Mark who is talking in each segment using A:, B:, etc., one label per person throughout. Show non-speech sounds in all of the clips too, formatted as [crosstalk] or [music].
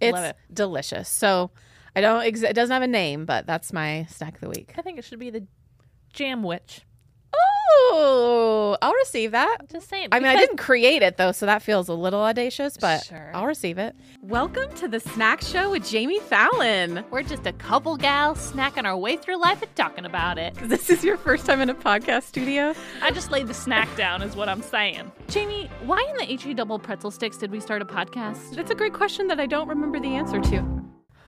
A: It's
B: Love it.
A: delicious. So I don't. Ex- it doesn't have a name, but that's my snack of the week.
B: I think it should be the jam witch.
A: Oh, I'll receive that.
B: Just saying.
A: I mean, I
B: because-
A: didn't create it though, so that feels a little audacious, but
B: Sure.
A: I'll receive it. Welcome to the snack show with Jamie Fallon.
B: We're just a couple gals snacking our way through life and talking about it.
A: [laughs] This is your first time in a podcast studio.
B: I just laid the snack down, is what I'm saying. Jamie, why in the HE double pretzel sticks did we start a podcast?
A: That's a great question that I don't remember the answer to.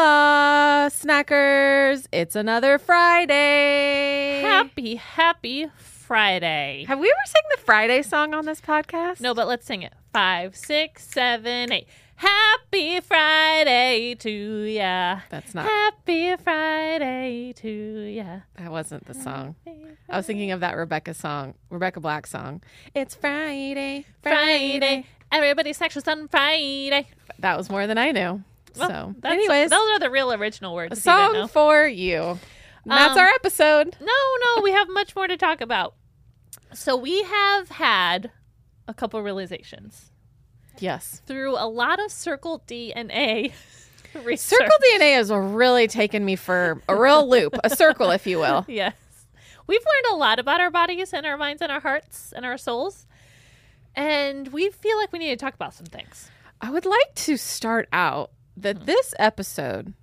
A: Hola, snackers. It's another Friday.
B: Happy, happy Friday.
A: Have we ever sang the Friday song on this podcast?
B: No, but let's sing it. Five, six, seven, eight. Happy Friday to ya.
A: That's not,
B: Happy Friday to ya.
A: that wasn't the song. I was thinking of that Rebecca song, Rebecca Black song. It's Friday,
B: Friday. Everybody's sexual on Friday.
A: That was more than I knew.
B: Well,
A: so,
B: that's-
A: anyways,
B: those are the real original words.
A: a
B: if you didn't know.
A: song for you. And that's
B: Um,
A: our episode.
B: No, no, we have much more to talk about. So we have had a couple realizations
A: Yes.
B: through a lot of circle DNA [laughs] research.
A: Circle DNA has really taken me for a real loop, a circle, if you
B: [laughs]
A: will.
B: Yes. We've learned a lot about our bodies and our minds and our hearts and our souls. And we feel like we need to talk about some things.
A: I would like to start out
B: Hmm.
A: that this episode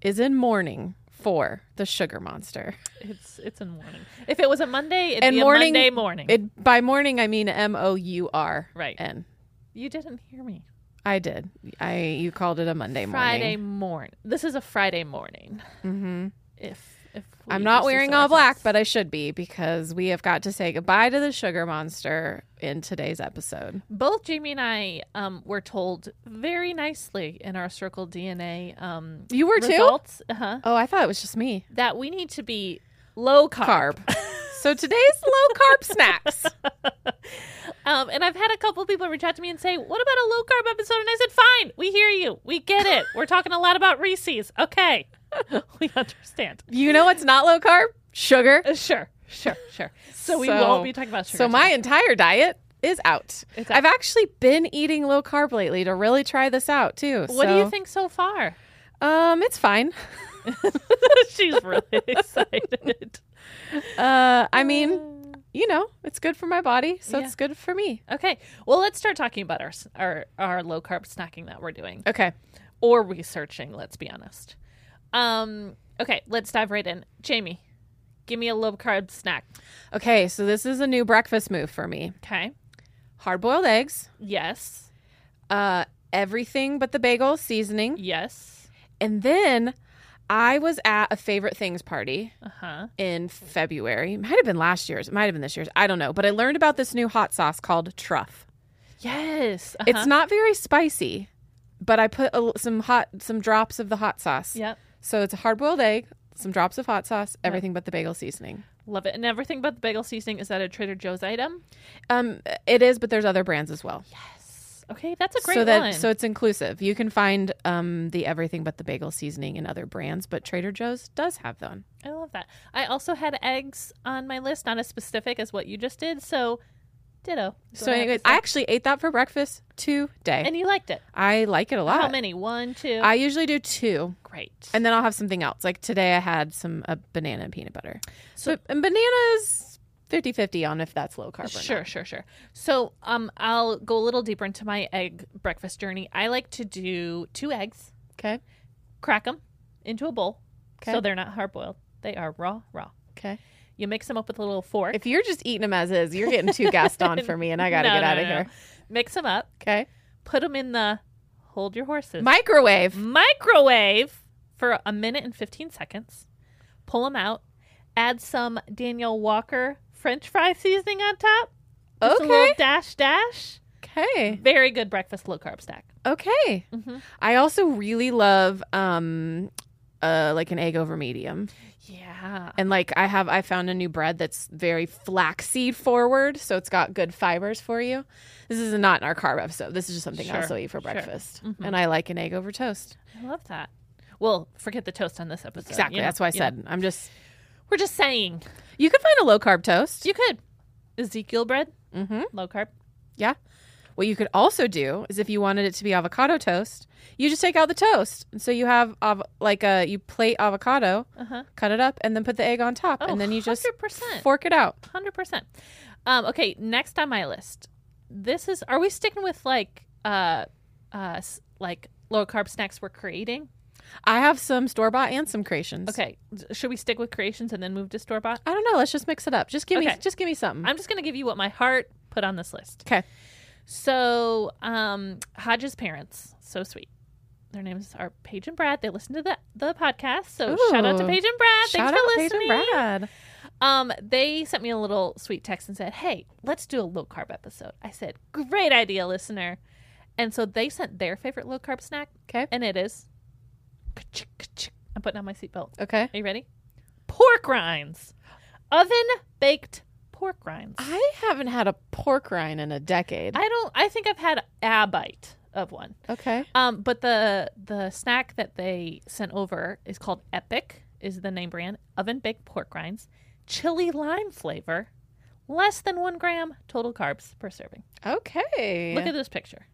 A: is in mourning for the sugar monster.
B: It's it's in morning. If it was a Monday, it'd
A: And
B: be
A: morning-
B: a Monday morning.
A: It by mourning I mean M O U R
B: Right.
A: N.
B: you didn't hear me.
A: I did. I you called it a Monday
B: Friday
A: morning.
B: morning. This is a Friday morning.
A: Mm-hmm.
B: If if we
A: I'm not
B: just
A: wearing
B: assume
A: all black,
B: ourselves.
A: but I should be because we have got to say goodbye to the sugar monster in today's episode.
B: both Jamie and I um, were told very nicely in our Circle DNA um,
A: You were too?
B: results uh-huh,
A: Oh, I thought it was just me.
B: that we need to be low
A: Carb.
B: carb.
A: so today's low
B: [laughs]
A: carb snacks.
B: Um, and I've had a couple people reach out to me and say, "What about a low carb episode?" And I said, "Fine, we hear you, we get
A: [laughs]
B: it. We're talking a lot about Reese's. Okay, we understand.
A: You know what's not low carb? Sugar.
B: Uh, sure, sure, sure. So, we
A: So-
B: won't be talking about sugar.
A: So my
B: today.
A: entire diet is out.
B: It's
A: I've actually been eating low carb lately to really try this out too.
B: What do
A: So,
B: you think so far?
A: Um, it's fine.
B: [laughs] She's really excited.
A: Uh, I mean, you know, it's good for my body, so
B: Yeah.
A: it's good for me.
B: Okay. Well, let's start talking about our s- our, our low carb snacking that we're doing
A: Okay.
B: or researching. Let's be honest. Um. Okay. Let's dive right in. Jamie, give me a low carb snack.
A: Okay, so this is a new breakfast move for me.
B: Okay.
A: Hard boiled eggs,
B: Yes.
A: uh, everything but the bagel seasoning.
B: Yes.
A: And then I was at a favorite things party
B: Uh huh.
A: in February. It might have been last year's, it might have been this year's. I don't know. But I learned about this new hot sauce called truff.
B: Yes. Uh-huh.
A: It's not very spicy, but I put a, l- some hot some drops of the hot sauce.
B: Yep.
A: So it's a hard boiled egg, some drops of hot sauce, everything but the bagel seasoning.
B: Love it. And everything but the bagel seasoning is that a Trader Joe's item?
A: Um, it is, but there's other brands as well.
B: Okay, that's a great
A: so that
B: one.
A: so it's inclusive. You can find um the everything but the bagel seasoning in other brands, but Trader Joe's does have them.
B: I love that. I also had eggs on my list, not as specific as what you just did. So, ditto. That's
A: so
B: what I have to
A: anyways,
B: say.
A: I actually ate that for breakfast today.
B: and you liked it.
A: I like it a lot.
B: How many? One, two.
A: I usually do two,
B: great.
A: and then I'll have something else. Like today, I had some a banana and peanut butter.
B: So-
A: So and bananas 50-50 on if that's low carb. Or not.
B: Sure, sure, sure. So, um, I'll go a little deeper into my egg breakfast journey. I like to do two eggs,
A: Okay.
B: crack them into a bowl, so
A: Okay.
B: they're not hard boiled. They are raw, raw.
A: Okay.
B: You mix them up with a little fork.
A: If you're just eating them as is, you're getting
B: [laughs]
A: too Gaston for me, and I gotta
B: No,
A: get
B: no,
A: out of
B: no, no.
A: here.
B: Mix them up.
A: Okay.
B: Put them in the hold your horses
A: Microwave.
B: microwave for a minute and 15 seconds. Pull them out. Add some Danielle Walker French fry seasoning on top. Just a
A: Okay.
B: little dash dash.
A: Okay.
B: Very good breakfast low carb snack.
A: Okay.
B: Mhm.
A: I also really love um uh like an egg over medium.
B: Yeah.
A: And like I have I found a new bread that's very flaxseed forward, so it's got good fibers for you. This is not in our carb episode. This is just something I
B: Sure,
A: also eat for
B: sure.
A: breakfast.
B: Mhm.
A: And I like an egg over toast.
B: I love that. Well, forget the toast on this episode.
A: Exactly.
B: you know,
A: that's why I
B: you know.
A: said I'm just
B: We're just saying.
A: You could find a low carb toast.
B: You could. Ezekiel bread,
A: mm-hmm.
B: low carb.
A: Yeah. What you could also do is if you wanted it to be avocado toast, you just take out the toast. And so you have av- like a you plate avocado,
B: Uh-huh.
A: cut it up and then put the egg on top
B: Oh,
A: and then you just
B: 100%.
A: fork it out.
B: Hundred percent. Um, okay, next on my list. This is. Are we sticking with like, uh, uh, s- like low carb snacks we're creating?
A: I have some store bought and some creations.
B: Okay, d- should we stick with creations and then move to store bought?
A: I don't know, let's just mix it up. Just give me
B: Okay.
A: just give me something.
B: I'm just gonna give you what my heart put on this list.
A: okay.
B: So, um, Hodge's parents, so sweet. Their names are Paige and Brad. They listen to the the podcast. So shout out to
A: Ooh.
B: Paige and Brad.
A: Shout
B: Thanks
A: out
B: for
A: Paige
B: listening.
A: and Brad.
B: Um, they sent me a little sweet text and said, "Hey, let's do a low carb episode." I said, "Great idea, listener." And so they sent their favorite low carb snack,
A: Okay.
B: and it is. ka-chick, ka-chick. I'm putting on my seatbelt.
A: Okay.
B: Are you ready? Pork rinds, oven baked pork rinds.
A: I haven't had a pork rind in a decade.
B: I don't. I think I've had a bite of one.
A: okay.
B: Um, but the the snack that they sent over is called Epic. Is the name brand oven baked pork rinds, chili lime flavor, less than one gram total carbs per serving.
A: Okay.
B: Look at this picture.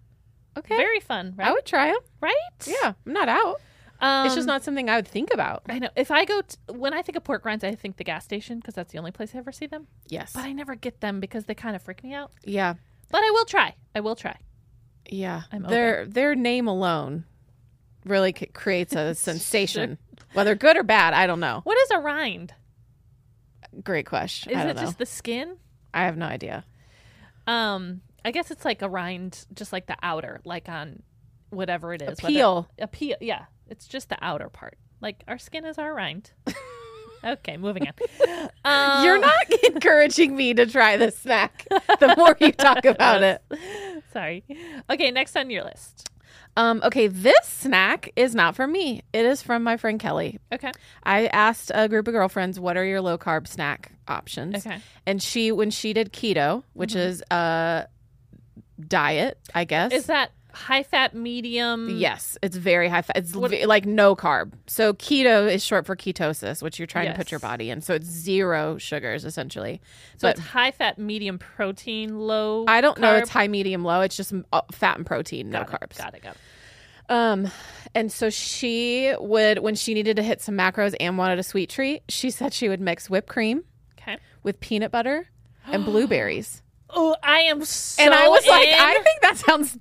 A: okay.
B: Very fun, right?
A: I would try them.
B: right?
A: Yeah, I'm not out.
B: Um,
A: it's just not something I would think about.
B: I know. If I go t- when I think of pork rinds, I think the gas station because that's the only place I ever see them.
A: Yes.
B: But I never get them because they kind of freak me out.
A: yeah.
B: But I will try. I will try.
A: Yeah,
B: I'm
A: their their name alone really c- creates
B: [laughs]
A: a sensation, whether good or bad. I don't know.
B: What is a rind?
A: Great question.
B: Is
A: I
B: it
A: don't know.
B: just the skin?
A: I have no idea.
B: Um, I guess it's like a rind, just like the outer, like on whatever it is. whether-
A: Peel.
B: a peel. Yeah, it's just the outer part. Like our skin is our
A: [laughs]
B: rind. okay, moving on. Um,
A: You're not [laughs] encouraging me to try this
B: [laughs]
A: snack. The more you talk about it.
B: Sorry. Okay, next on your list.
A: Um, okay, this snack is not from me. It is from my friend Kelly.
B: Okay.
A: I asked a group of girlfriends, "What are your low carb snack options?"
B: Okay. Mm-hmm.
A: And she, when she did keto, which is a diet, I guess,
B: Is that high fat, medium?
A: Yes, it's very high fat. It's
B: What-
A: ve- like no carb. So keto is short for ketosis, which you're trying to put
B: Yes.
A: your body in. So it's zero sugars essentially.
B: So
A: but
B: it's high fat, medium protein, low.
A: I don't know.
B: carb?
A: It's high, medium, low. It's just mm, uh, fat and protein, no
B: Got it,
A: carbs.
B: Got it. Got it.
A: Um, and so she would, when she needed to hit some macros and wanted a sweet treat, she said she would mix whipped cream
B: Okay.
A: with peanut butter and blueberries.
B: [gasps] Oh, I am so.
A: and I was like,
B: in.
A: I think that sounds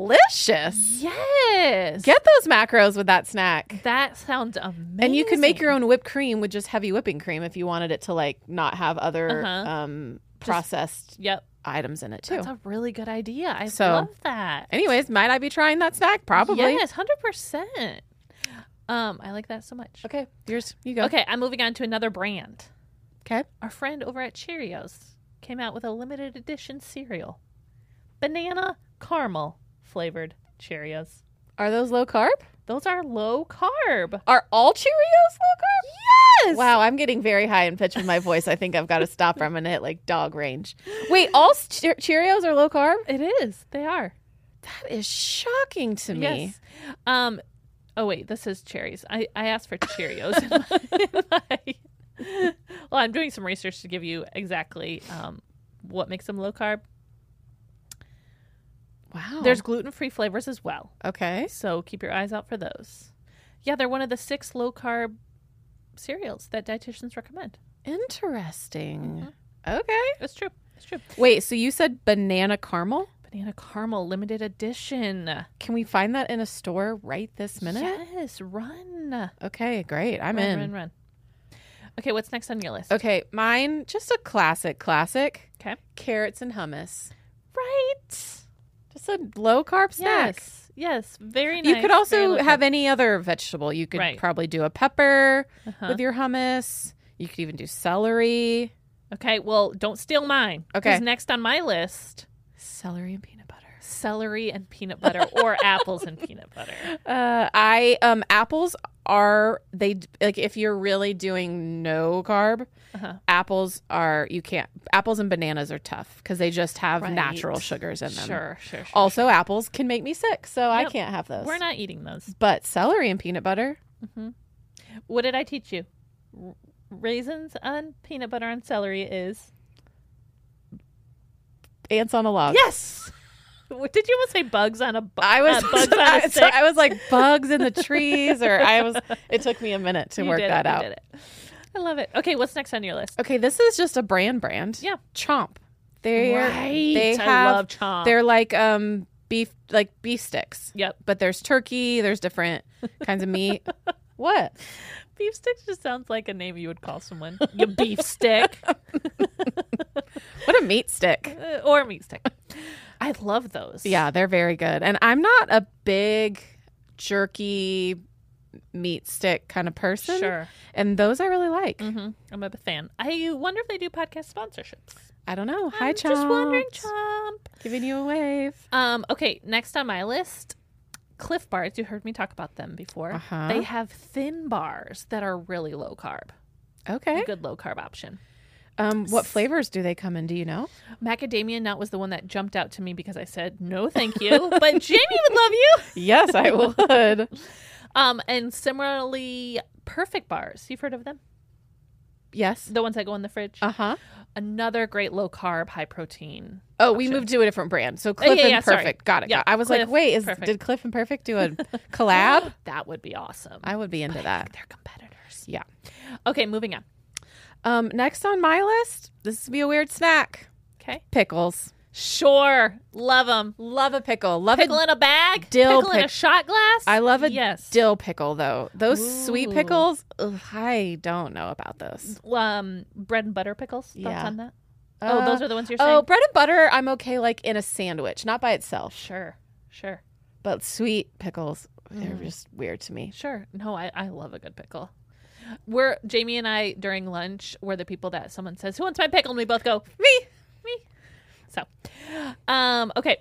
A: delicious.
B: Yes.
A: Get those macros with that snack.
B: that sounds amazing.
A: And you can make your own whipped cream with just heavy whipping cream if you wanted it to like not have other
B: Uh-huh.
A: um, processed
B: Yep.
A: items in it too.
B: That's a really good idea. I
A: So-
B: love that.
A: Anyways, might I be trying that snack? Probably.
B: Yes, hundred percent. Um, I like that so much.
A: Okay, yours. You go.
B: Okay, I'm moving on to another brand.
A: Okay.
B: Our friend over at Cheerios came out with a limited edition cereal, banana caramel flavored Cheerios.
A: Are those low carb?
B: Those are low carb.
A: Are all Cheerios low carb?
B: Yes!
A: Wow, I'm getting very high in pitch with my voice. I think I've got to stop or I'm going to hit like dog range. Wait, all Cheer- Cheerios are low carb?
B: It is. They are.
A: That is shocking to me.
B: Yes. Um. Oh wait, this is cherries. I I asked for
A: [laughs]
B: Cheerios. [laughs] in my- well, I'm doing some research to give you exactly um what makes them low carb.
A: Wow.
B: There's gluten free flavors as well.
A: Oh. okay.
B: So keep your eyes out for those. Yeah, they're one of the six low carb cereals that dietitians recommend.
A: Interesting. Okay.
B: It's true. It's true.
A: Uh-huh. Wait, so you said banana caramel?
B: Banana caramel limited edition.
A: Can we find that in a store right this minute?
B: Yes, run.
A: Okay, great. I'm
B: run,
A: in.
B: run, run. Okay, what's next on your list?
A: Okay, mine just a classic, classic
B: Okay.
A: carrots and hummus.
B: Right.
A: Just a low carb snack.
B: Yes. Yes. Very nice.
A: You could
B: very
A: also
B: low
A: have
B: carb.
A: any other vegetable. You could
B: Right.
A: probably do a pepper
B: Uh-huh.
A: with your hummus. You could even do celery,
B: Okay, well, don't steal mine.
A: Okay.
B: 'Cause next on my list
A: celery and peanut butter.
B: celery and peanut butter
A: [laughs]
B: or apples and peanut butter.
A: Uh, I um apples are they like if you're really doing no carb,
B: Uh-huh.
A: apples are you can't apples and bananas are tough because they just have
B: Right.
A: natural sugars in them.
B: Sure, sure, sure.
A: Also, apples can make me sick, so I
B: Yep.
A: can't have those.
B: We're not eating those. Mm-hmm.
A: But celery and peanut butter.
B: What did I teach you? R- raisins on peanut butter and celery is
A: Ants on a log.
B: yes. [laughs] What, did you almost say bugs on a bu-
A: I was
B: uh, bugs on
A: I, [laughs]
B: a
A: so
B: stick?
A: I was like bugs in the trees, or I
B: [laughs]
A: was. It took me a minute to
B: You
A: work
B: did it,
A: that
B: you
A: out.
B: did it. I love it. Okay, what's next on your list?
A: Okay, this is just a brand brand.
B: Yeah.
A: Chomp. They are they
B: I
A: have
B: love chomp.
A: they're like um beef like beef sticks.
B: yep.
A: But there's turkey, there's different kinds of
B: [laughs]
A: meat. what?
B: Beef sticks just sounds like a name you would
A: [laughs]
B: call someone. Your beef stick
A: What a meat stick.
B: [laughs] Uh, or meat stick. I love those.
A: Yeah, they're very good. And I'm not a big jerky meat stick kind of person.
B: sure.
A: And those I really like.
B: hmm I'm a fan. I wonder if they do podcast sponsorships.
A: I don't know. Hi,
B: I'm
A: Chomp.
B: Just wondering, Chomp.
A: Giving you a wave.
B: Um, okay, next on my list, Cliff Bars. You heard me talk about them before.
A: Uh-huh.
B: They have thin bars that are really low carb.
A: Okay.
B: A good low carb option.
A: Um, what flavors do they come in? Do you know?
B: Macadamia nut was the one that jumped out to me because I said no, thank you.
A: [laughs]
B: but Jamie would love you.
A: Yes, [laughs] I would.
B: Um, and similarly, perfect bars. You've heard of them?
A: yes.
B: The ones that go in the fridge.
A: Uh huh.
B: Another great low carb,
A: [gasps]
B: high protein.
A: Oh, we moved to a different brand. So Cliff
B: yeah,
A: and
B: yeah, sorry.
A: Perfect. Got it.
B: Yeah,
A: got it. I was
B: Cliff,
A: like, wait, is
B: Perfect.
A: did Cliff and Perfect do a [laughs] collab?
B: That would be awesome.
A: I would be into that.
B: They're competitors.
A: Yeah.
B: Okay, moving on.
A: Um, next on my list, this would be a weird snack.
B: Okay.
A: Pickles.
B: Sure. Love them.
A: Love a pickle. Love
B: Pickle
A: a
B: in a bag.
A: dill
B: pickle in a
A: pic-
B: shot glass.
A: I love a
B: yes.
A: dill pickle though. Those sweet
B: Ooh.
A: pickles, ugh, I don't know about those.
B: um, bread and butter pickles. Thoughts
A: Yeah.
B: on that? oh,
A: Uh,
B: those are the ones you're saying.
A: Oh, bread and butter, I'm okay like in a sandwich, not by itself.
B: sure, sure,
A: But sweet pickles, they're just weird to me.
B: sure. No, I, I love a good pickle. We're Jamie and I during lunch. We're the people that someone says, "Who wants my pickle?" And we both go,
A: Me.
B: "Me." So, um, okay.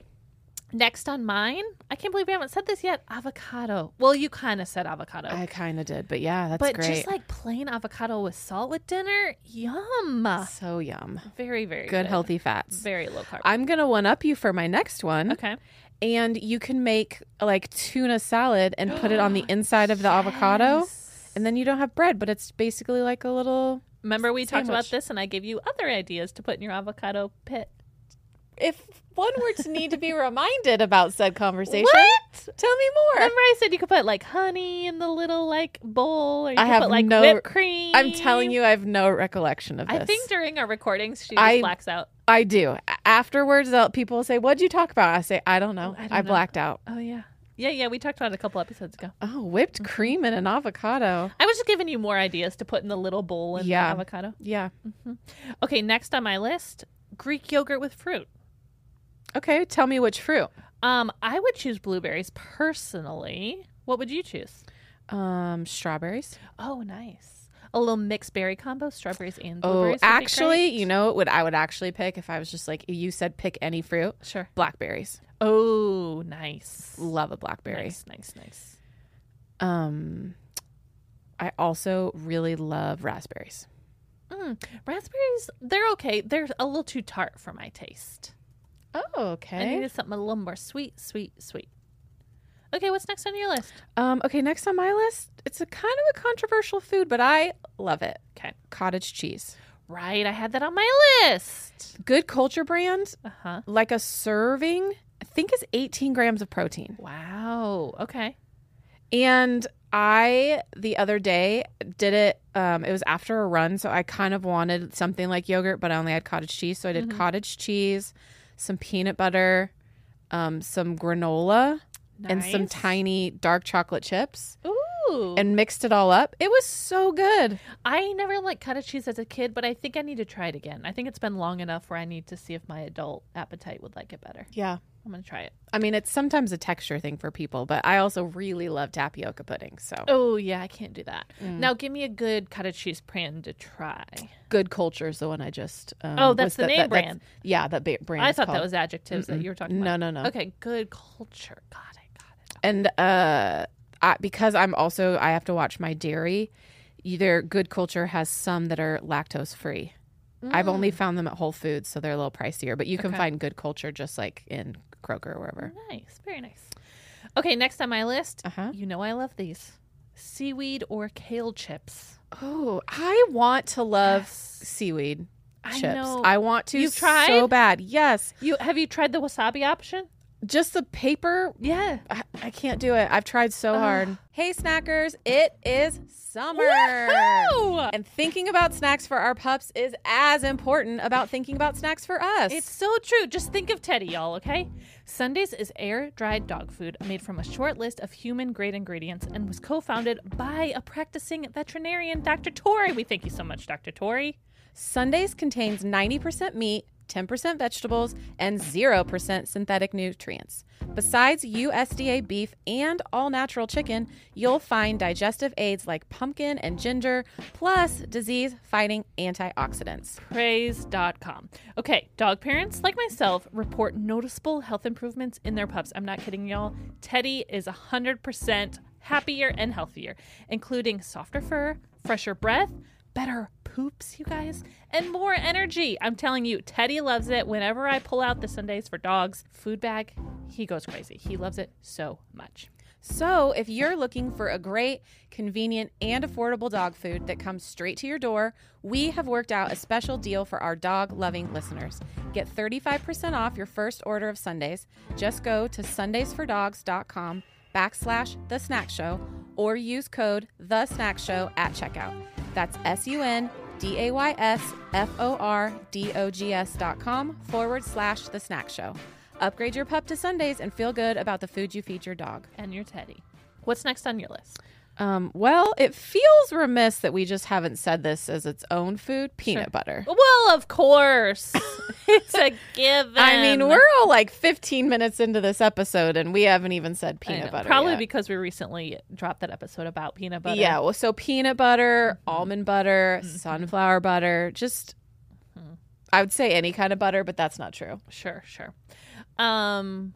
B: Next on mine, I can't believe we haven't said this yet. Avocado. Well, you kind of said avocado.
A: I kind of did, but yeah, that's
B: but
A: great.
B: just like plain avocado with salt with dinner, yum!
A: so yum.
B: Very, very
A: Good, healthy fats.
B: very low carb.
A: I'm going to one up you for my next one.
B: okay,
A: And you can make like tuna salad and put it on [gasps] the inside of the avocado. And then you don't have bread, but it's basically like a little.
B: Remember we talked about
A: Sandwich.
B: this, and I gave you other ideas to put in your avocado pit.
A: If one were to need to be reminded about said conversation, tell me more.
B: Remember I said you could put like honey in the little like bowl, or you
A: I
B: could
A: have
B: put like
A: no-
B: whipped cream.
A: I'm telling you, I have no recollection of this.
B: I think during our recordings she just
A: I-
B: blacks out.
A: I do. A- Afterwards, they'll- people will say, What'd you talk about? I say, I don't know.
B: I
A: I,
B: don't know."
A: blacked out.
B: Oh yeah, yeah, yeah. We talked about it a couple episodes ago.
A: Oh, whipped
B: Mm-hmm.
A: cream and an avocado.
B: I was just giving you more ideas to put in the little bowl in
A: Yeah.
B: the avocado.
A: Yeah.
B: Okay, next on my list, Greek yogurt with fruit.
A: Okay. Tell me which fruit.
B: Um, I would choose blueberries personally. What would you choose?
A: Um, strawberries.
B: Oh, nice. A little mixed berry combo, strawberries and
A: Oh,
B: blueberries. would be
A: actually,
B: great.
A: you know what would I would actually pick if I was just like you said, pick any fruit.
B: Sure.
A: Blackberries.
B: Oh, nice.
A: Love a blackberry.
B: Nice, nice, nice.
A: Um, I also really love raspberries.
B: Mm, raspberries, they're okay. They're a little too tart for my taste.
A: Oh,
B: I needed something a little more sweet, sweet, sweet. Okay, what's next on your list?
A: Um, okay, next on my list, it's a kind of a controversial food, but I love it.
B: Okay.
A: Cottage cheese.
B: Right, I had that on my list.
A: Good culture brand,
B: Uh huh.
A: like a serving, I think is 18 grams of protein.
B: Wow. Okay.
A: And I the other day did it. Um, it was after a run, so I kind of wanted something like yogurt, but I only had cottage cheese. So I did
B: Mhm.
A: cottage cheese, some peanut butter, um, and some granola, and some
B: Nice.
A: tiny dark chocolate chips.
B: Ooh.
A: and mixed it all up. It was so good.
B: I never like cottage cheese as a kid, but I think I need to try it again. I think it's been long enough where I need to see if my adult appetite would like it better.
A: Yeah.
B: I'm gonna try it.
A: I mean, it's sometimes a texture thing for people, but I also really love tapioca pudding. So
B: Oh yeah, I can't do that. Now give me a good cottage cheese brand to try.
A: good culture is the one I just. Um,
B: Oh, that's
A: was
B: the name
A: that's-
B: brand.
A: Yeah, that ba- brand.
B: I
A: is
B: thought that
A: called.
B: was adjectives that you were talking
A: No,
B: about.
A: no, no.
B: Okay, good culture. Got it. Got it.
A: and uh, I, because I'm also I have to watch my dairy. Either Good Culture has some that are lactose free. I've only found them at Whole Foods, so they're a little pricier. But you can
B: Mm. Okay.
A: find Good Culture just like in Kroger or wherever.
B: Mm, Nice, very nice. Okay, next on my list,
A: Uh-huh.
B: you know I love these seaweed or kale chips.
A: Oh, I want to love
B: Yes.
A: seaweed
B: I
A: chips.
B: know.
A: I want to
B: You've
A: so
B: tried?
A: bad. Yes,
B: You have you tried the wasabi option?
A: just the paper
B: Yeah.
A: I, I can't do it. I've tried so hard. Hey, snackers, it is summer.
B: Woohoo!
A: [laughs] And thinking about snacks for our pups is as important about thinking about snacks for us.
B: It's so true. Just think of Teddy, y'all, okay? Sundays is air dried dog food made from a short list of human grade ingredients and was co founded by a practicing veterinarian, Dr. Tori. We thank you so much, Dr. Tori.
A: Sundays contains 90% meat, 10% vegetables, and 0% synthetic nutrients. Besides USDA beef and all natural chicken, you'll find digestive aids like pumpkin and ginger, plus disease fighting antioxidants.
B: Praise.com. Okay, dog parents like myself report noticeable health improvements in their pups. I'm not kidding, y'all. Teddy is 100% happier and healthier, including softer fur, fresher breath, better poops, you guys, and more energy. I'm telling you, Teddy loves it. Whenever I pull out the Sundays for dogs food bag, he goes crazy. He loves it so much.
A: So, if you're looking for a great, convenient, and affordable dog food that comes straight to your door, we have worked out a special deal for our dog loving listeners. Get 35% off your first order of Sundays. Just go to sundaysfordogs.com backslash the snack show or use code the snack show at checkout. That's S U N D A Y S F O R D O G S dot com forward slash the snack show. Upgrade your pup to Sundays and feel good about the food you feed your dog.
B: And your Teddy. What's next on your list?
A: Um, well, it feels remiss that we just haven't said this as its own food peanut butter.
B: Well, of course. [laughs] it's a given.
A: [laughs] I mean, we're all like 15 minutes into this episode and we haven't even said
B: I
A: peanut
B: know.
A: butter.
B: Probably
A: yet.
B: because we recently dropped that episode about peanut butter.
A: Yeah, well, so peanut butter, almond butter, sunflower butter, just Mm-hmm. I would say any kind of butter, but that's not true.
B: Sure, sure. Um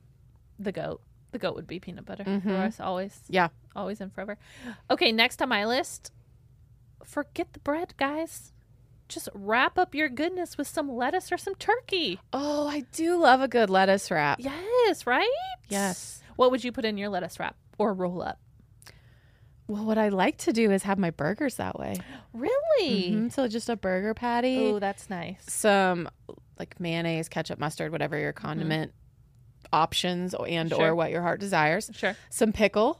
B: the goat. The goat would be peanut butter for us always.
A: Mm-hmm. Yeah.
B: Always and forever. Okay, next on my list, forget the bread, guys. Just wrap up your goodness with some lettuce or some turkey.
A: Oh, I do love a good lettuce wrap.
B: Yes, right?
A: Yes.
B: What would you put in your lettuce wrap or roll up?
A: Well, what I like to do is have my burgers that way.
B: Really?
A: Mhm, So just a burger patty.
B: Oh, Mm-hmm. that's nice.
A: some like mayonnaise, ketchup, mustard, whatever your condiment options or- and
B: Sure.
A: or what your heart desires.
B: Sure.
A: Some pickle,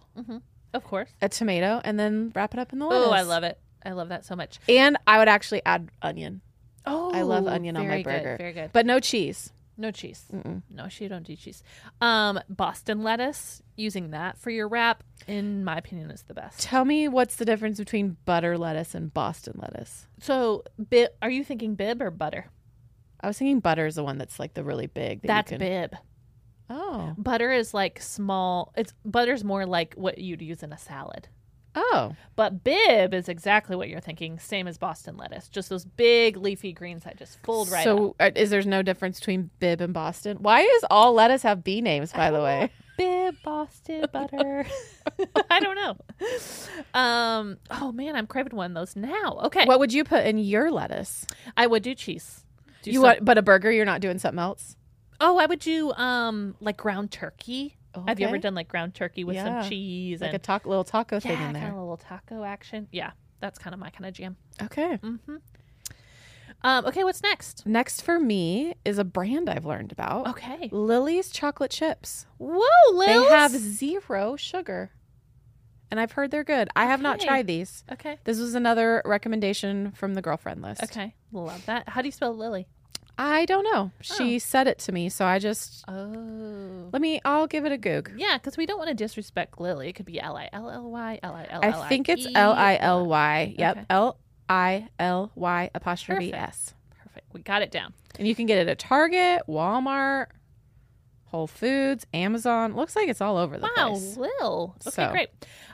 B: Of course.
A: a tomato, and then wrap it up in the lettuce.
B: Oh, I love it. I love that so much.
A: And I would actually add onion,
B: Oh,
A: I love onion on my
B: very
A: burger.
B: Good, very good.
A: but no cheese.
B: No cheese. No, she don't do cheese. Um, Boston lettuce, using that for your wrap, in my opinion, is the best.
A: Tell me what's the difference between butter lettuce and Boston lettuce?
B: So, bib, are you thinking bib or butter?
A: I was thinking butter is the one that's like the really big. That you
B: That's
A: can-
B: bib.
A: Oh,
B: Butter is like small. It's butter's more like what you'd use in a salad.
A: oh,
B: But bib is exactly what you're thinking, same as Boston lettuce. Just those big leafy greens that just fold right up.
A: so uh, is there's no difference between bib and Boston? Why does all lettuce have B names? By the way,
B: Bib
A: [laughs]
B: Boston butter. [laughs] I don't know. Um. Oh man, I'm craving one of those now. Okay.
A: what would you put in your lettuce?
B: I would do cheese. Do
A: you
B: some-
A: want, but a burger? You're not doing something else?
B: Oh, I would do um like ground turkey. Have you ever
A: Okay.
B: done like ground turkey with
A: Yeah.
B: some cheese
A: like a
B: and
A: taco, little taco
B: yeah,
A: thing in
B: kind
A: there.
B: of a little taco action? Yeah, that's kind of my kind of jam.
A: Okay.
B: Mm-hmm. Um, okay, what's next?
A: Next for me is a brand I've learned about.
B: Okay.
A: Lily's chocolate chips.
B: Whoa, Liz.
A: They have zero sugar. And I've heard they're good. I have not
B: Okay.
A: tried these.
B: okay.
A: This was another recommendation from the girlfriend list.
B: Okay, love that. How do you spell Lily?
A: I don't know. She said it to me, so I just
B: Oh.
A: let me. I'll give it a goog.
B: Yeah, because we don't want to disrespect Lily. It could be L I L L Y L I L
A: I
B: L I.
A: think it's
B: E.
A: L I L Y. Yep,
B: Okay.
A: L I L Y apostrophe
B: Perfect.
A: S.
B: Perfect. We got it down.
A: And you can get it at Target, Walmart, Whole Foods, Amazon. Looks like it's all over the
B: wow,
A: place.
B: Lil. Okay,
A: So-
B: great.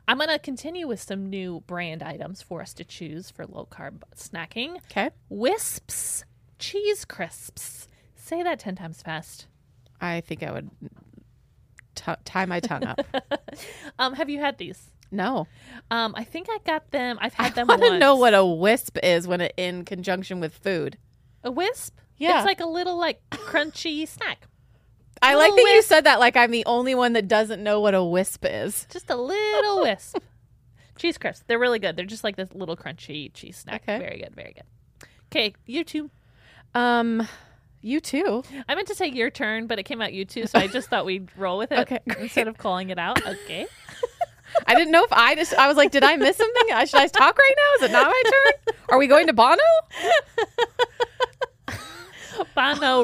B: I'm going to continue with some new brand items for us to choose for low carb snacking.
A: Okay.
B: Wisps cheese crisps. Say that 10 times fast.
A: I think I would t- tie my tongue
B: [laughs]
A: up.
B: um, have you had these? [laughs]
A: No.
B: Um, I think I got them. I've
A: [laughs]
B: had
A: I
B: them
A: want
B: once.
A: to know what a wisp is when it in conjunction with food.
B: a wisp.
A: Yeah.
B: it's like a little like crunchy snack.
A: I like that
B: Little
A: you
B: wisp.
A: said that like I'm the only one that doesn't know what a wisp is.
B: Just a little wisp.
A: [laughs]
B: Cheese crisps. They're really good. They're just like this little crunchy cheese snack.
A: Okay.
B: Very good. Very good. Okay, you two.
A: Um you too.
B: I meant to say your turn, but it came out you two, so I just thought we'd roll with it
A: Okay, great.
B: instead of calling it out. Okay.
A: I didn't know if I just I was like, did I miss something? I- Should I talk right now? Is it not my turn? Are we going to Bono?
B: Bono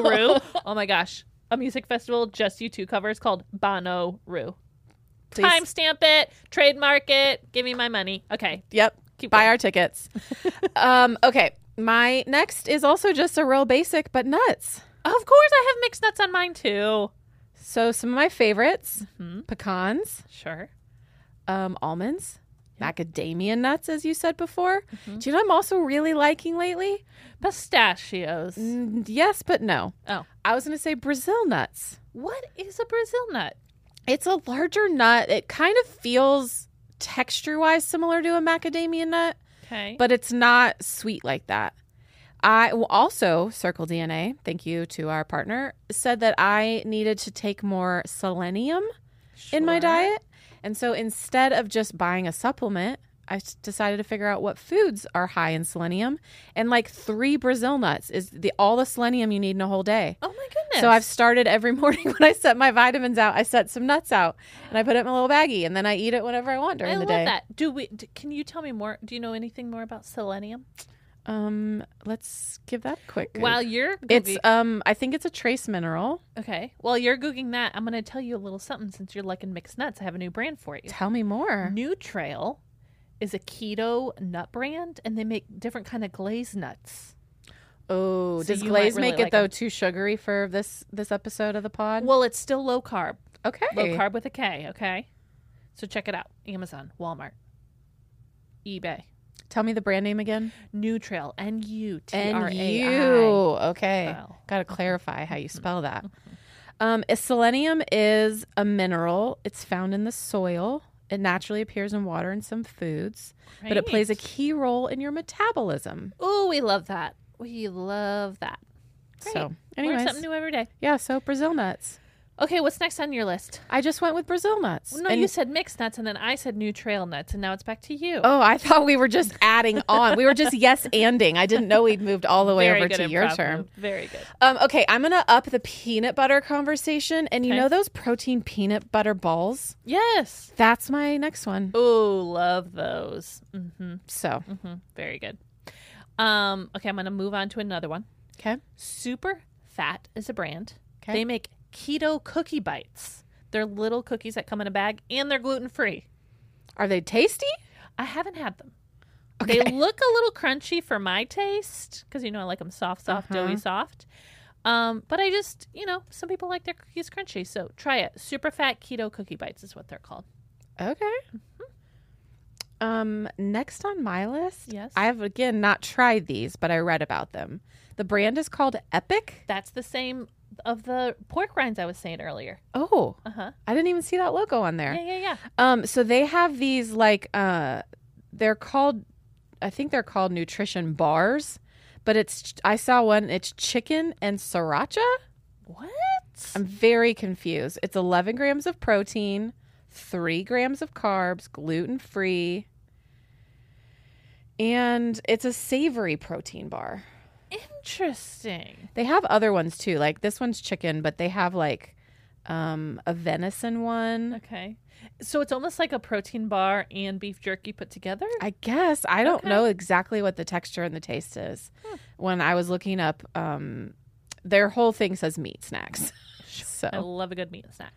A: [laughs]
B: Roo. Oh my gosh. A music festival just you two covers called Bono Roo.
A: Please.
B: Timestamp it, trademark it, give me my money. Okay.
A: Yep.
B: Keep
A: Buy
B: going.
A: our
B: [laughs]
A: tickets. um, okay. My next is also just a real basic, but nuts.
B: Of course, I have mixed nuts on mine too. Hmm,
A: So some of my favorites:
B: Mm-hmm.
A: pecans,
B: Sure.
A: um, almonds, macadamia nuts, as you said before.
B: Mm-hmm.
A: Do you know what I'm also really liking lately?
B: Pistachios.
A: Mm, yes, but no.
B: Oh.
A: I was going to say Brazil nuts.
B: What is a Brazil nut?
A: It's a larger nut. It kind of feels texture-wise similar to a macadamia nut,
B: Okay.
A: but it's not sweet like that. I well, also Circle DNA, thank you to our partner, said that I needed to take more selenium in my
B: Sure.
A: diet. And so instead of just buying a supplement, I s- decided to figure out what foods are high in selenium, and like three Brazil nuts is the all the selenium you need in a whole day.
B: Oh my goodness.
A: So I've started every [laughs] morning when I set my vitamins out, I set some nuts out and I put it in a little baggie and then I eat it whenever I want during
B: I
A: the
B: love
A: day.
B: that. Do we? D- can you tell me more? Do you know anything more about selenium?
A: Um, let's give that a quick.
B: While
A: Google.
B: you're googling,
A: it's um, I think it's a trace mineral.
B: okay. While you're googling that, I'm going to tell you a little something since you're liking mixed nuts. I have a new brand for you.
A: Tell me more.
B: New Trail is a keto nut brand, and they make different kind of glazed nuts.
A: Oh,
B: So
A: does
B: you might
A: glaze
B: really
A: make it
B: like
A: though
B: 'em.
A: too sugary for this this episode of the pod?
B: Well, it's still low carb,
A: okay.
B: low carb with a K. Okay, so check it out: Amazon, Walmart, eBay.
A: Tell me the brand name again.
B: New Trail, N U T R
A: And you.
B: A I.
A: Okay.
B: Oh.
A: Got to clarify how you
B: [laughs]
A: spell that. Um, is- selenium is a mineral. It's found in the soil. It naturally appears in water and some foods, but it plays a key role in your metabolism.
B: Oh, we love that. We love that.
A: So,
B: Learn
A: anyways,
B: something new every day.
A: yeah. So Brazil nuts.
B: Okay, what's next on your list?
A: I just went with Brazil nuts.
B: No,
A: And-
B: you said mixed nuts, and then I said new trail nuts, and now it's back to you.
A: Oh, I thought we were just adding on. We were just yes anding. I didn't know we'd moved all the way
B: Very
A: over
B: good
A: to your
B: improv
A: term.
B: move. Very good.
A: Um, okay, I'm gonna up the peanut butter conversation, and you
B: Okay.
A: know those protein peanut butter balls?
B: Yes.
A: That's my next one.
B: Oh, love those. Mm-hmm.
A: So,
B: Mm-hmm. Very good. Um, okay, I'm going to move on to another one.
A: okay,
B: Super Fat is a brand.
A: 'Kay.
B: They make keto cookie bites. They're little cookies that come in a bag, and they're gluten free.
A: are they tasty?
B: I haven't had them.
A: Okay.
B: They look a little crunchy for my taste because you know I like them soft, soft, doughy,
A: Uh-huh.
B: soft. Um, but I just, you know, some people like their cookies crunchy, so try it. Super fat keto cookie bites is what they're called.
A: Okay. Um, next on my list,
B: Yes.
A: I have again not tried these, but I read about them. The brand is called Epic.
B: That's the same of the pork rinds I was saying earlier.
A: Oh,
B: Uh huh.
A: I didn't even see that logo on there.
B: Yeah, yeah, yeah.
A: Um, so they have these like uh, they're called, I think they're called nutrition bars, but it's I saw one. It's chicken and sriracha.
B: What?
A: I'm very confused. It's 11 grams of protein, three grams of carbs, gluten free, and it's a savory protein bar.
B: Interesting.
A: They have other ones too. Like this one's chicken, but they have like um, a venison one.
B: Okay. So it's almost like a protein bar and beef jerky put together.
A: I guess I don't
B: Okay.
A: know exactly what the texture and the taste is. When I was looking up um, their whole thing says meat
B: [laughs]
A: snacks.
B: I
A: So
B: love a good meat snack.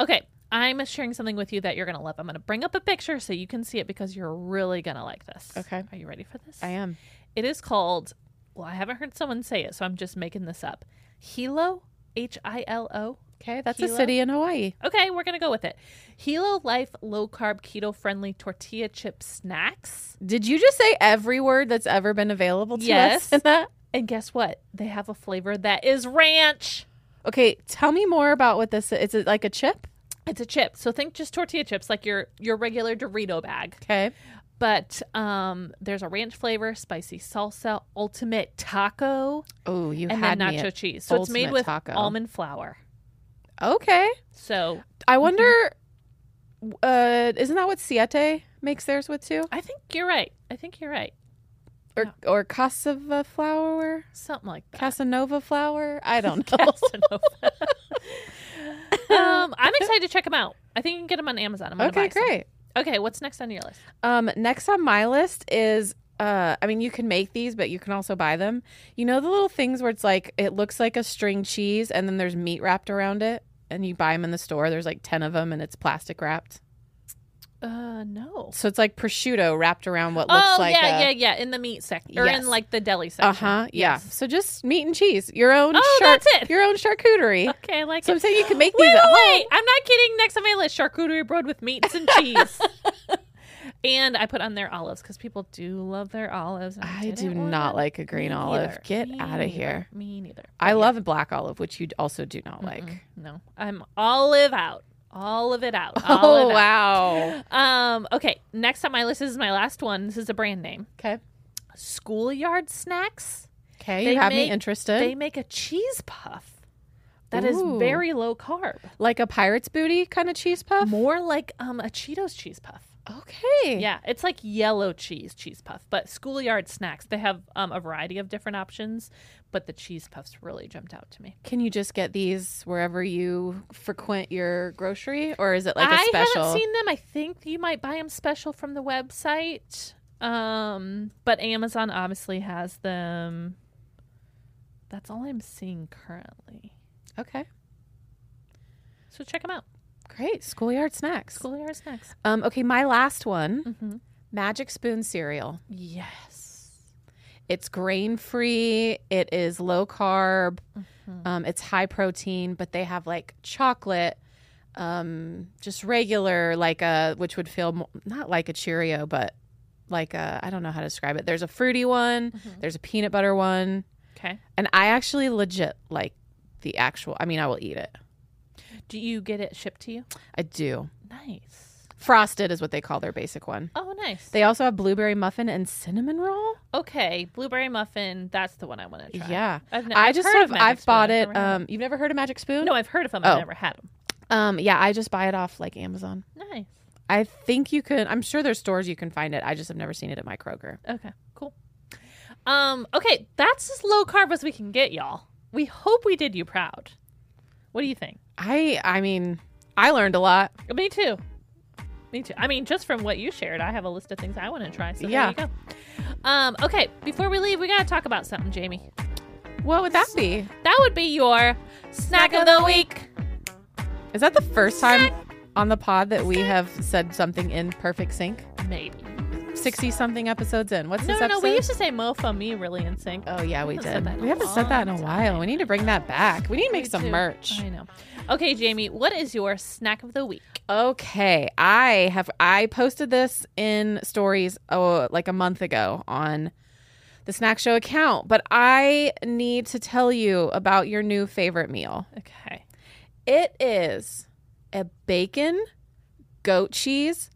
B: Okay, I'm sharing something with you that you're going to love. I'm going to bring up a picture so you can see it because you're really going to like this.
A: Okay.
B: Are you ready for this?
A: I am.
B: It is called, well, I haven't heard someone say it, so I'm just making this up. Hilo, H I L O.
A: Okay, that's a
B: Kilo?
A: city in Hawaii.
B: Okay, we're going to go with it. Hilo Life Low Carb Keto Friendly Tortilla Chip Snacks.
A: Did you just say every word that's ever been available to
B: Yes.
A: us in that?
B: And guess what? They have a flavor that is ranch.
A: Okay, tell me more about what this is. Is it like a chip?
B: It's a chip. So think just tortilla chips like your your regular Dorito bag.
A: Okay.
B: But um there's a ranch flavor, spicy salsa, ultimate taco,
A: Oh, you
B: and
A: had
B: then
A: me.
B: nacho
A: at-
B: cheese. So it's made
A: ultimate
B: with
A: taco.
B: almond flour.
A: Okay.
B: So
A: I wonder. Uh, isn't that what Siete makes theirs with too,
B: I think you're right. I think you're right.
A: or
B: No.
A: or Casava flour,
B: Something like
A: [laughs]
B: that.
A: Casanova flour? I
B: [laughs]
A: don't know.
B: Casanova. um, I'm excited to check them out. I think you can get them on Amazon. I'm gonna
A: okay,
B: buy some.
A: great.
B: Okay, what's next on your list?
A: Um, next on my list is. Uh, I mean, you can make these, but you can also buy them. You know the little things where it's like it looks like a string cheese, and then there's meat wrapped around it, and you buy them in the store. There's like ten of them, and it's plastic wrapped.
B: Uh, no.
A: So it's like prosciutto wrapped around what looks
B: oh
A: like
B: yeah,
A: a,
B: yeah, yeah. In the meat section or
A: Yes.
B: in like the deli section.
A: Uh huh. Yeah.
B: Yes.
A: So just meat and cheese, your own.
B: Oh,
A: char-
B: that's it. Uh,
A: Your own charcuterie.
B: Okay, I like
A: so
B: it.
A: I'm saying you can make these
B: wait,
A: at home.
B: wait, I'm not kidding. Next on my list, charcuterie board with meats and
A: [laughs]
B: cheese. and I put on their olives because people do love their olives. and
A: I
B: didn't
A: do
B: want
A: not
B: it.
A: like a green
B: Me
A: olive.
B: neither.
A: Get
B: Me
A: out of
B: neither.
A: here.
B: Me neither.
A: I
B: But yeah.
A: love black olive, which you also do not like.
B: Mm-mm. no. I'm olive out. All of it out.
A: [laughs] Oh
B: Olive out.
A: wow.
B: [laughs] Um, okay, next on my list this is my last one. This is a brand name.
A: Okay.
B: Schoolyard snacks.
A: Okay.
B: They
A: You have me
B: make-
A: interested.
B: They make a cheese puff that is
A: Ooh.
B: very low carb.
A: Like a pirate's booty kind of cheese puff.
B: More like um a Cheetos cheese puff.
A: Okay.
B: Yeah, it's like yellow cheese cheese puff, but schoolyard snacks. They have um, a variety of different options, but the cheese puffs really jumped out to me.
A: Can you just get these wherever you frequent your grocery, or is it like a
B: I
A: special?
B: haven't seen them. I think you might buy them special from the website. Um, but Amazon obviously has them. That's all I'm seeing currently.
A: okay.
B: So check them out.
A: Great. Schoolyard snacks.
B: Schoolyard snacks.
A: Um. Okay. My last one.
B: Mm-hmm.
A: Magic Spoon cereal.
B: Yes.
A: It's grain free, it is low carb,
B: Mhm.
A: um, it's high protein, but they have like chocolate, um, just regular, like a, which would feel mo- not like a Cheerio, but like a, I don't know how to describe it. There's a fruity one,
B: Mhm.
A: there's a peanut butter one.
B: Okay.
A: And I actually legit like the actual, I mean, I will eat it.
B: Do you get it shipped to you?
A: I do.
B: Nice.
A: Frosted is what they call their basic one.
B: Oh, nice.
A: They also have blueberry muffin and cinnamon roll.
B: okay, blueberry muffin. That's the one I want to try.
A: Yeah.
B: I've, ne-
A: I
B: I've
A: just
B: heard
A: sort
B: of
A: of,
B: Magic
A: I've
B: Spoon.
A: bought
B: I've
A: it.
B: never had
A: Um, you've never heard of Magic Spoon?
B: no, I've heard of them.
A: Oh.
B: I've never had them.
A: Um, yeah, I just buy it off like Amazon.
B: Nice.
A: I think you can. I'm sure there's stores you can find it. I just have never seen it at my Kroger.
B: Okay, cool. Um, okay, that's as low carb as we can get, y'all. We hope we did you proud. What do you think?
A: I, I mean, I learned a lot.
B: Me too. Me too. I mean, just from what you shared, I have a list of things I want to try. So
A: Yeah.
B: there you go. Um, okay, before we leave, we gotta talk about something, Jamie.
A: What would that be?
B: That would be your snack of the week.
A: Is that the first time on the pod that we have said something in perfect sync?
B: Maybe.
A: Sixty something episodes in. What's
B: No,
A: this
B: no,
A: episode?
B: no. We used to say mofo me really in sync.
A: oh yeah, we
B: haven't said
A: did.
B: that in
A: We
B: a
A: haven't said that in a
B: long
A: while.
B: time.
A: We need to bring that back. We need to make
B: Me
A: some
B: too.
A: merch.
B: I know. Okay, Jamie, what is your snack of the week?
A: Okay, I have I posted this in stories oh, like a month ago on the snack show account, but I need to tell you about your new favorite meal.
B: Okay.
A: It is a bacon, goat cheese,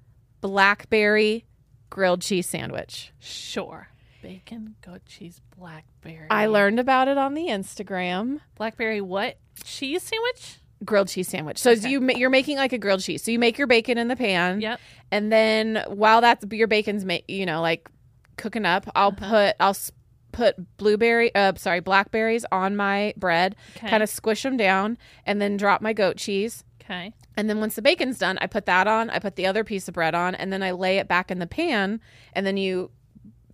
A: blackberry grilled cheese sandwich.
B: Sure. Bacon, goat cheese, blackberry.
A: I learned about it on the Instagram.
B: blackberry what? Cheese sandwich?
A: Grilled cheese sandwich. So
B: Okay.
A: you ma- you're making like a grilled cheese. So you make your bacon in the pan.
B: Yep.
A: and then while that's your bacon's ma- you know like cooking up i'll
B: Uh-huh.
A: put i'll s- put blueberry uh sorry blackberries on my bread
B: Okay.
A: kind of squish them down and then drop my goat cheese
B: Okay.
A: and then once the bacon's done i put that on i put the other piece of bread on and then i lay it back in the pan and then you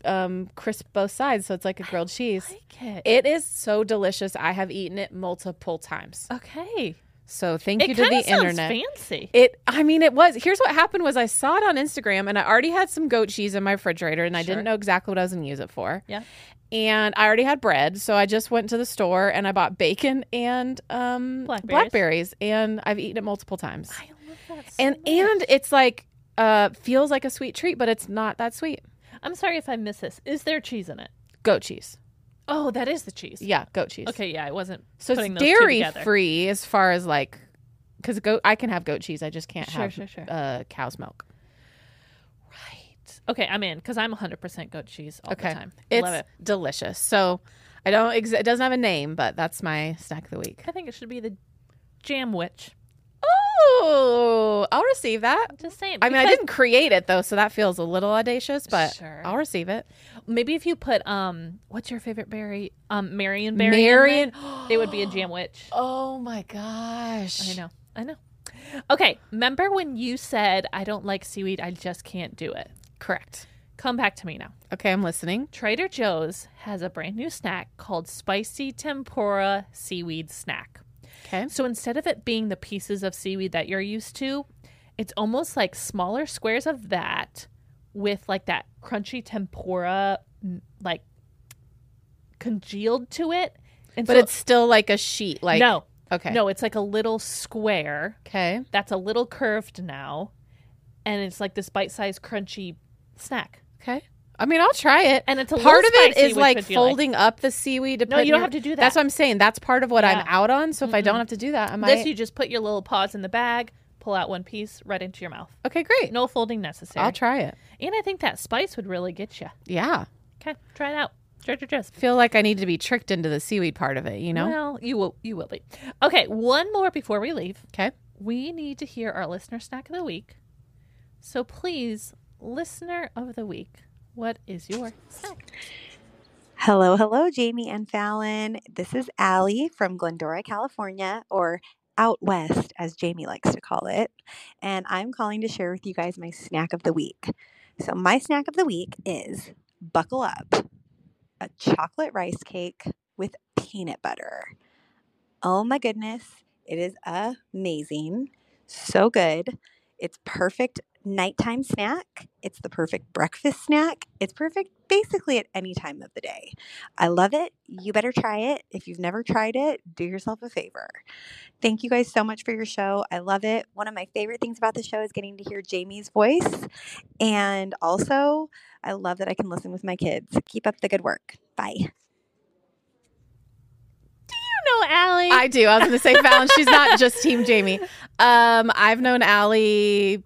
A: um, crisp both sides, so it's like a grilled cheese.
B: like it.
A: It is so delicious. I have eaten it multiple times.
B: okay.
A: So thank
B: it
A: you to the
B: kind of sounds
A: internet.
B: fancy.
A: It I mean it was. Here's what happened was I saw it on Instagram and I already had some goat cheese in my refrigerator and I
B: Sure.
A: didn't know exactly what I was going to use it for.
B: Yeah.
A: And I already had bread, so I just went to the store and I bought bacon and um
B: Blackberries.
A: blackberries and I've eaten it multiple times.
B: I love that. so
A: and
B: much.
A: and it's like uh feels like a sweet treat but it's not that sweet.
B: I'm sorry if I miss this. Is there cheese in it?
A: Goat cheese.
B: Oh, that is the cheese.
A: Yeah, goat cheese.
B: Okay. Yeah, I wasn't.
A: So
B: putting
A: it's
B: those two
A: dairy
B: together.
A: free as far as like cuz goat I can have goat cheese, I just can't
B: Sure,
A: have
B: sure, sure.
A: uh cow's milk.
B: Right. Okay, I'm in because I'm 100% goat cheese all the time. I
A: It's
B: love it.
A: delicious. So I don't. Ex- it doesn't have a name, but that's my snack of the week.
B: I think it should be the jam witch.
A: Oh, I'll receive that.
B: Just saying.
A: I mean, I
B: because
A: didn't create it though, so that feels a little audacious, but
B: Sure.
A: I'll receive it.
B: Maybe if you put um, what's your favorite berry? Um, Marion berry.
A: Marion-
B: Marion. [gasps] It would be a
A: [gasps]
B: jam witch.
A: Oh my gosh!
B: I know. I know. Okay. Remember when you said I don't like seaweed? I just can't do it.
A: Correct.
B: Come back to me now.
A: Okay, I'm listening.
B: Trader Joe's has a brand new snack called spicy tempura seaweed snack.
A: Okay.
B: So instead of it being the pieces of seaweed that you're used to, it's almost like smaller squares of that with like that crunchy tempura n- like congealed to it. And
A: But
B: so-
A: it's still like a sheet. Like
B: no.
A: Okay.
B: No, it's like a little square
A: Okay.
B: that's a little curved now and it's like this bite-sized crunchy snack.
A: Okay. I mean, I'll try it.
B: And it's a
A: part of
B: little
A: it
B: spicy,
A: is
B: which
A: like
B: would you like?
A: folding up the seaweed. To
B: No,
A: put
B: you don't
A: in
B: have to do
A: That's
B: that.
A: what I'm saying. That's part of what I'm
B: Yeah.
A: out on. So if I don't have to do that, I might.
B: This you just put your little paws in the bag, pull out one piece right into your mouth.
A: okay, great.
B: No folding necessary.
A: I'll try it.
B: and I think that spice would really get you.
A: Yeah.
B: Okay, try it out. Treasure Joe's.
A: feel like I need to be tricked into the seaweed part of it, you know?
B: Well, you will. You will be. Okay, one more before we leave.
A: Okay.
B: We need to hear our listener snack of the week. So please, listener of the week, what is your snack?
C: Hello, hello, Jamie and Fallon. This is Allie from Glendora, California, or out west, as Jamie likes to call it. And I'm calling to share with you guys my snack of the week. So, my snack of the week is buckle up a chocolate rice cake with peanut butter. Oh my goodness, it is amazing. So good. It's perfect nighttime snack. It's the perfect breakfast snack. It's perfect basically at any time of the day. I love it. You better try it. If you've never tried it, do yourself a favor. Thank you guys so much for your show. I love it. One of my favorite things about the show is getting to hear Jamie's voice. And also, I love that I can listen with my kids. Keep up the good work. Bye.
B: You know, Allie.
A: [laughs] I do. I was going to say Fallon. She's not just Team Jamie. Um, I've known Allie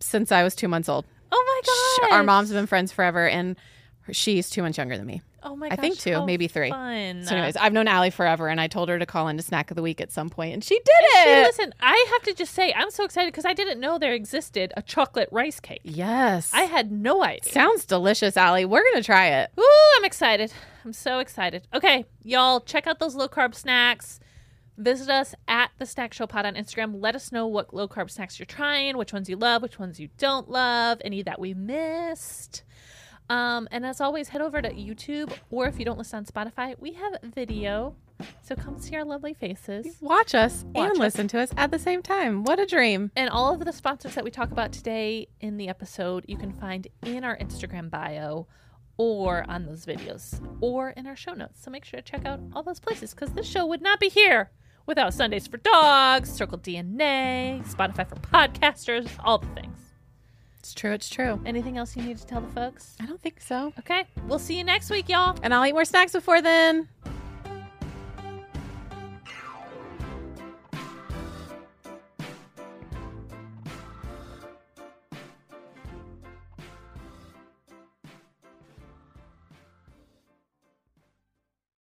A: since I was two months old.
B: oh
A: Sh-
B: my gosh.
A: Our moms have been friends forever, and her- she's two months younger than me.
B: Oh my
A: I
B: gosh.
A: think two,
B: how
A: maybe three.
B: Fun.
A: So, anyways, I've known Allie forever, and I told her to call into Snack of the Week at some point, and she did
B: Actually,
A: it.
B: listen, I have to just say I'm so excited because I didn't know there existed a chocolate rice cake.
A: yes.
B: I had no idea.
A: Sounds delicious, Allie. We're going to try it.
B: Ooh, I'm excited. I'm so excited. Okay, y'all, check out those low carb snacks. Visit us at the Snack Show Pod on Instagram. Let us know what low carb snacks you're trying, which ones you love, which ones you don't love, any that we missed. Um, and as always, head over to YouTube, or if you don't listen on Spotify, we have video. So come see our lovely faces.
A: Watch us
B: Watch
A: and
B: us.
A: listen to us at the same time. What a dream.
B: And all of the sponsors that we talk about today in the episode, you can find in our Instagram bio or on those videos or in our show notes. So make sure to check out all those places because this show would not be here without Sundays for Dogs, Circle DNA, Spotify for Podcasters, all the things.
A: It's true. It's true.
B: Anything else you need to tell the folks?
A: I don't think so.
B: Okay, we'll see you next week, y'all.
A: And I'll eat more snacks before then.